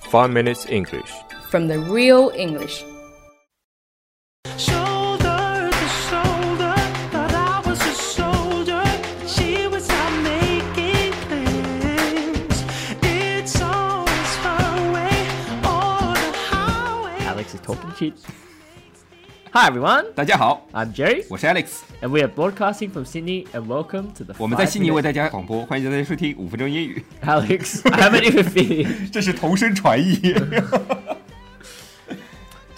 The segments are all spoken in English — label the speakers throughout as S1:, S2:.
S1: 5 Minutes English.
S2: from the real English.
S3: Shoulder to shoulder, thought I was a soldier. She was out making plans. It's always her way or the highway.
S4: Alex is talking shit. Hi everyone,
S5: 大家好，
S4: I'm Jerry,
S5: 我是 Alex，
S4: and we are broadcasting from Sydney. And welcome to the.
S5: 我们在
S4: Five
S5: 悉尼为
S4: Minute-
S5: 大家广播，欢迎大家收听五分钟英语，
S4: Alex, I haven't even finished.
S5: 这是同声传 译。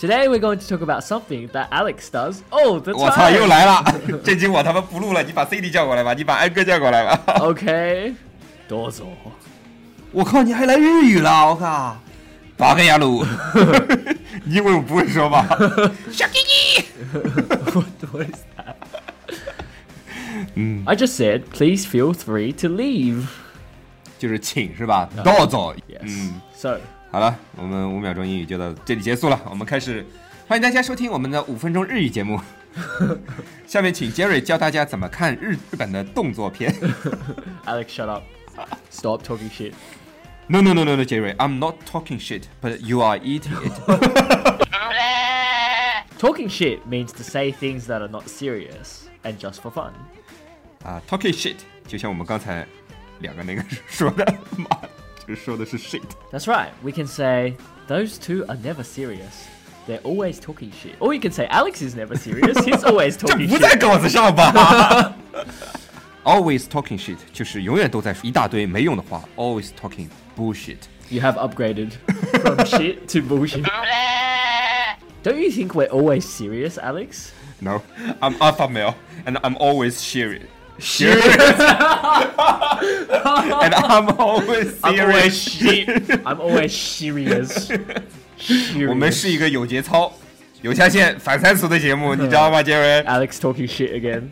S4: Today we're going to talk about something that Alex does all the time.
S5: 我操，又来了！这集我他妈不录了，你把 CD 叫过来吧，你把安哥叫过来吧。
S4: Okay. Dozo.
S5: 我靠，你还来日语了！我靠，八根牙 鲁，你以为我不会说 吗？小弟弟，
S4: what is that? I just said, please feel free to leave.
S5: 就是请是吧？道走。
S4: Yes.
S5: 嗯，
S4: So,
S5: 好了，我们五秒钟英语就到这里结束了，我们开始，欢迎大家收听我们的五分钟日语节 目。下面请 Jerry 教大家怎么看日日本的动作片。
S4: Alex, shut up. Stop talking shit.
S5: No, no, no, no, no, Jerry. I'm not talking shit, but you are eating it.
S4: Talking shit means to say things that are not serious and just for fun.
S5: 啊、t a l k i n g shit，就像我们刚才两个那个说的，妈，这说的是 shit。
S4: That's right. We can say those two are never serious. They're always talking shit. Or you can say Alex is never serious. He's always
S5: 这
S4: talking
S5: 不在
S4: shit.
S5: 稿子上吧 ？Always talking shit，就是永远都在说一大堆没用的话。Always talking bullshit。
S4: You have upgraded from shit to bullshit. Don't you think we're always serious, Alex?
S5: No, I'm alpha male, and I'm always serious.
S4: Serious.
S5: And I'm always
S4: I'm always
S5: serious.
S4: shit. I'm always serious.
S5: 我们
S4: Serious.
S5: 是一个有节操、有下限、反三俗的节目，你知道吗，杰瑞？
S4: Alex talking shit again.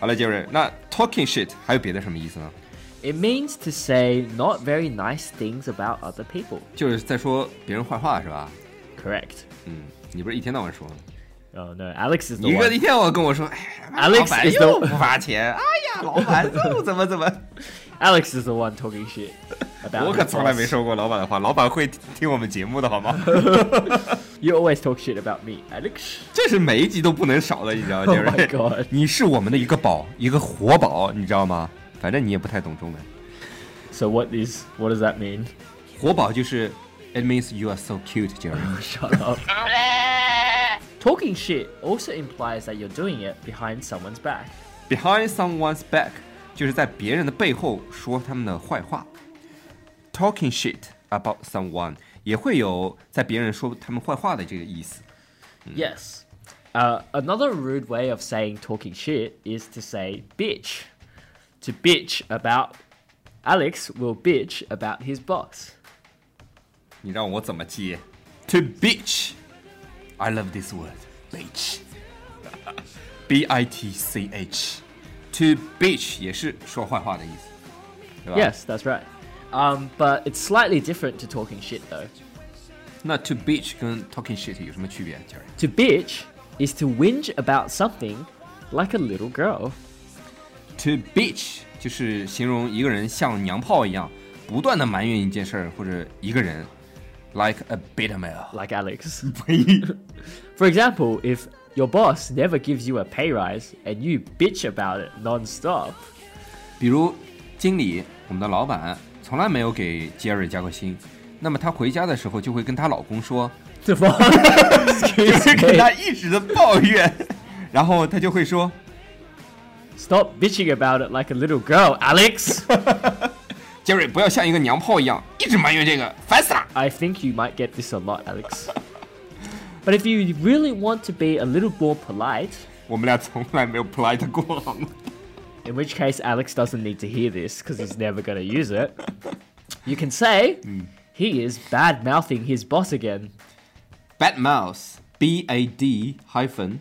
S5: 好了，杰瑞，那 talking shit 还有别的什么意思呢？
S4: It means to say not very nice things about other people.
S5: 就是在说别人坏话是吧？
S4: Correct.
S5: 嗯，你不是一天到晚说吗？
S4: Oh no, Alex is
S5: 你
S4: the
S5: 一个
S4: one.
S5: 一天我跟我说，哎呀，
S4: Alex
S5: 老板
S4: is the-
S5: 又不发钱，哎呀，老板又怎么 怎么，
S4: Alex is the one talking shit about.
S5: 我
S4: his
S5: 可从来
S4: boss.
S5: 没说过老板的话，老板会听我们节目的好吗？
S4: You always talk shit about me, Alex.
S5: 这是每一集都不能少的，你知 道吗
S4: Oh
S5: 杰
S4: my
S5: 瑞
S4: god
S5: 你是我们的一个宝，一个活宝，你知道吗？反正你也不太懂中文，
S4: So what is what does that mean?
S5: 活宝就是 it means you are so cute，杰瑞。
S4: Shut up. Talking shit also implies that you're doing it behind someone's back.
S5: Behind someone's back，就是在别人的背后说他们的坏话。Talking shit about someone 也会有在别人说他们坏话的这个意思。
S4: Yes. Uh, another rude way of saying talking shit is to say bitch. To bitch about Alex will bitch about his boss.
S5: 你让我怎么接？To bitch。I love this word. Bitch. B I T C H. To bitch 也是说坏话的意思，对吧
S4: Yes, that's right. Um, but it's slightly different to talking shit though.
S5: 那 to bitch 跟 talking shit 有什么区别，Jerry？
S4: To bitch is to whinge about something like a little girl.
S5: To bitch 就是形容一个人像娘炮一样，不断的埋怨一件事儿或者一个人，like a bitter male。
S4: like Alex. For example, if your boss never gives you a pay rise and you bitch about it non-stop,
S5: 比如经理，我们的老板从来没有给 Jerry 加过薪，那么她回家的时候就会跟她老公说，
S4: the boss
S5: 就是跟
S4: excuse
S5: 他
S4: me,
S5: 一直的抱怨， 然后她就会说
S4: stop bitching about it like a little girl, Alex.
S5: Jerry 不要像一个娘炮一样，一直埋怨这个，烦死了。
S4: I think you might get this a lot, Alex. But if you really want to be a little more polite,
S5: 我们俩从来没有 polite 过好吗？
S4: in which case Alex doesn't need to hear this because he's never going to use it, you can say he is bad mouthing his boss again.
S5: Bad mouth, B A D hyphen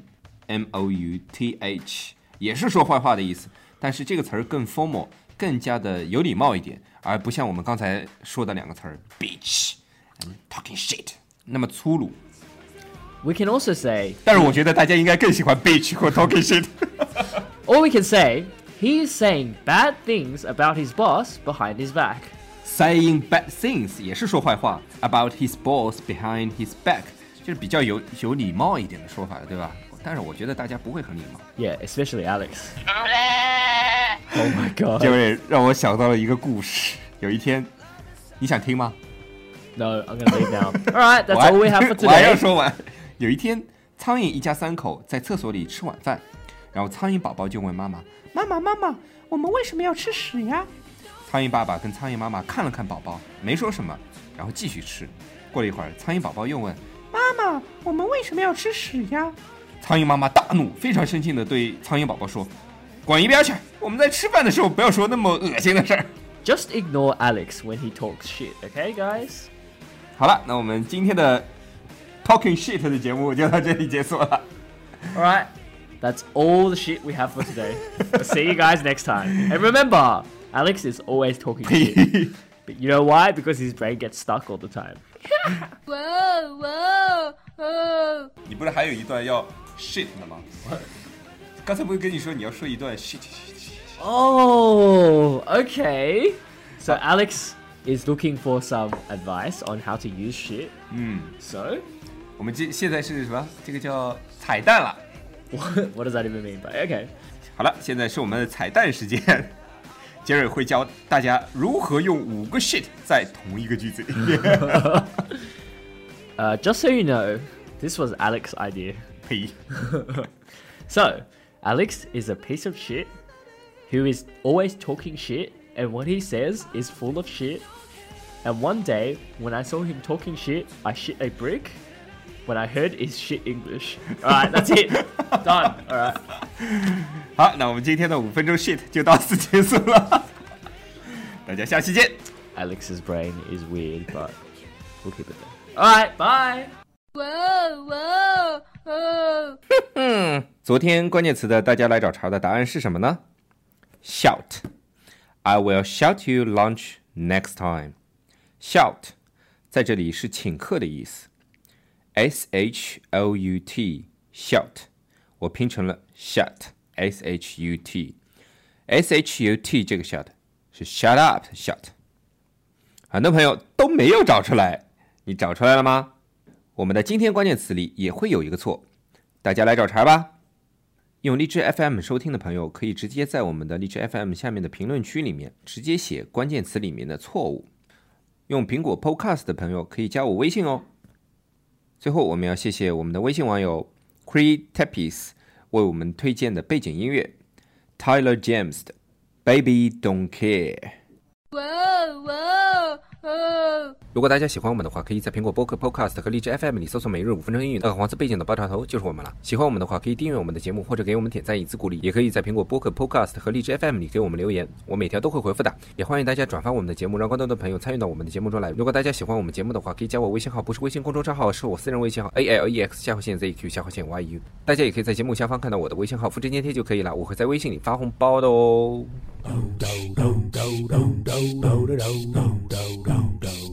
S5: M O U T H，也是说坏话的意思，但是这个词儿更 formal，更加的有礼貌一点，而不像我们刚才说的两个词儿 bitch and talking shit 那么粗鲁。
S4: We can also say
S5: 但是我觉得大家应该更喜欢 bitch 或 talking shit。
S4: Or we can say, he is saying bad things about his boss behind his back.
S5: saying bad things 也是说坏话，about his boss behind his back，就是比较有有礼貌一点的说法，对吧？但是我觉得大家不会很礼貌。
S4: Yeah, especially Alex. oh my god.
S5: 这位让我想到了一个故事， 有一天，你想听吗？
S4: No, I'm gonna leave now. All right,
S5: 我
S4: that's
S5: 还
S4: all we have for
S5: 我还要
S4: today.
S5: 说完。有一天，苍蝇一家三口在厕所里吃晚饭，然后苍蝇宝宝就问妈妈：“妈妈，妈妈，我们为什么要吃屎 呀？”苍蝇爸爸跟苍蝇妈妈看了看宝宝，没说什么，然后继续吃。过了一会儿，苍蝇宝宝又问：“妈妈，我们为什么要吃屎呀？”苍蝇妈妈大怒，非常生气的对苍蝇宝宝说：“滚一边去！我们在吃饭的时候不要说那么恶心的事儿。”
S4: Just ignore Alex when he talks shit, okay, guys?
S5: 好了，那我们今天的 Talking Shit 的节目就到这里结束了。
S4: All right, that's all the shit we have for today. I'll see you guys next time. And remember, Alex is always talking shit. But you know why? Because his brain gets stuck all the time.
S1: 哇哦哇哦哦！
S5: 你不是还有一段要 shit 的吗？刚才不是跟你说你要说一段 shit shit shit？
S4: Oh, okay. So Alex is looking for some advice on how to use shit.
S5: 嗯，
S4: So,
S5: 我们这现在是什么？这个叫彩蛋了。
S4: what, what does that even mean? But okay.
S5: 好了，现在是我们的彩蛋时间。 杰瑞会教大家如何用五个 shit 在同一个句子里 面。
S4: Uh, just so you know, this was Alex's idea.
S5: 呸！
S4: So, Alex is a piece of shit who is always talking shit, and what he says is full of shit. And one day, when I saw him talking shit, I shit a brick. When I heard is shit English. Alright, that's it. Done. Alright.
S5: 好，那我们今天的五分钟 shit 就到此结束了。大家下期见。
S4: Alex's brain is weird, but we'll keep it there. Alright, bye!
S1: 哇哦哇哦哦！
S5: 昨天关键词的大家来找茬的答案是什么呢？Shout, I will shout you lunch next time. Shout，在这里是请客的意思。S H O U T, shout，我拼成了 shut, S H U T, S H U T 这个 shout 是 shut up shout。很多朋友都没有找出来，你找出来了吗？我们的今天关键词里也会有一个错，大家来找茬吧。用荔枝 FM 收听的朋友，可以直接在我们的荔枝 FM 下面的评论区里面直接写关键词里面的错误。用苹果 Podcast 的朋友可以加我微信哦。最后，我们要谢谢我们的微信网友 Cree Tapis 为我们推荐的背景音乐 Tyler James 的 Baby Don't Care。
S1: 哇哦哇哦哦！
S5: 如果大家喜欢我们的话，可以在苹果播客 Podcast 和荔枝 FM 里搜索“每日五分钟英语”，那个黄色背景的爆炸头就是我们了。喜欢我们的话，可以订阅我们的节目，或者给我们点赞以资鼓励，也可以在苹果播客 Podcast 和荔枝 FM 里给我们留言，我每条都会回复的。也欢迎大家转发我们的节目，让更多的朋友参与到我们的节目中来。如果大家喜欢我们节目的话，可以加我微信号，不是微信公众账号，是我私人微信号 a l e x 下划线 z q 下划线 y E u。大家也可以在节目下方看到我的微信号，复制粘贴就可以了，我会在微信里发红包的哦。
S6: do do do do do do do do do do do do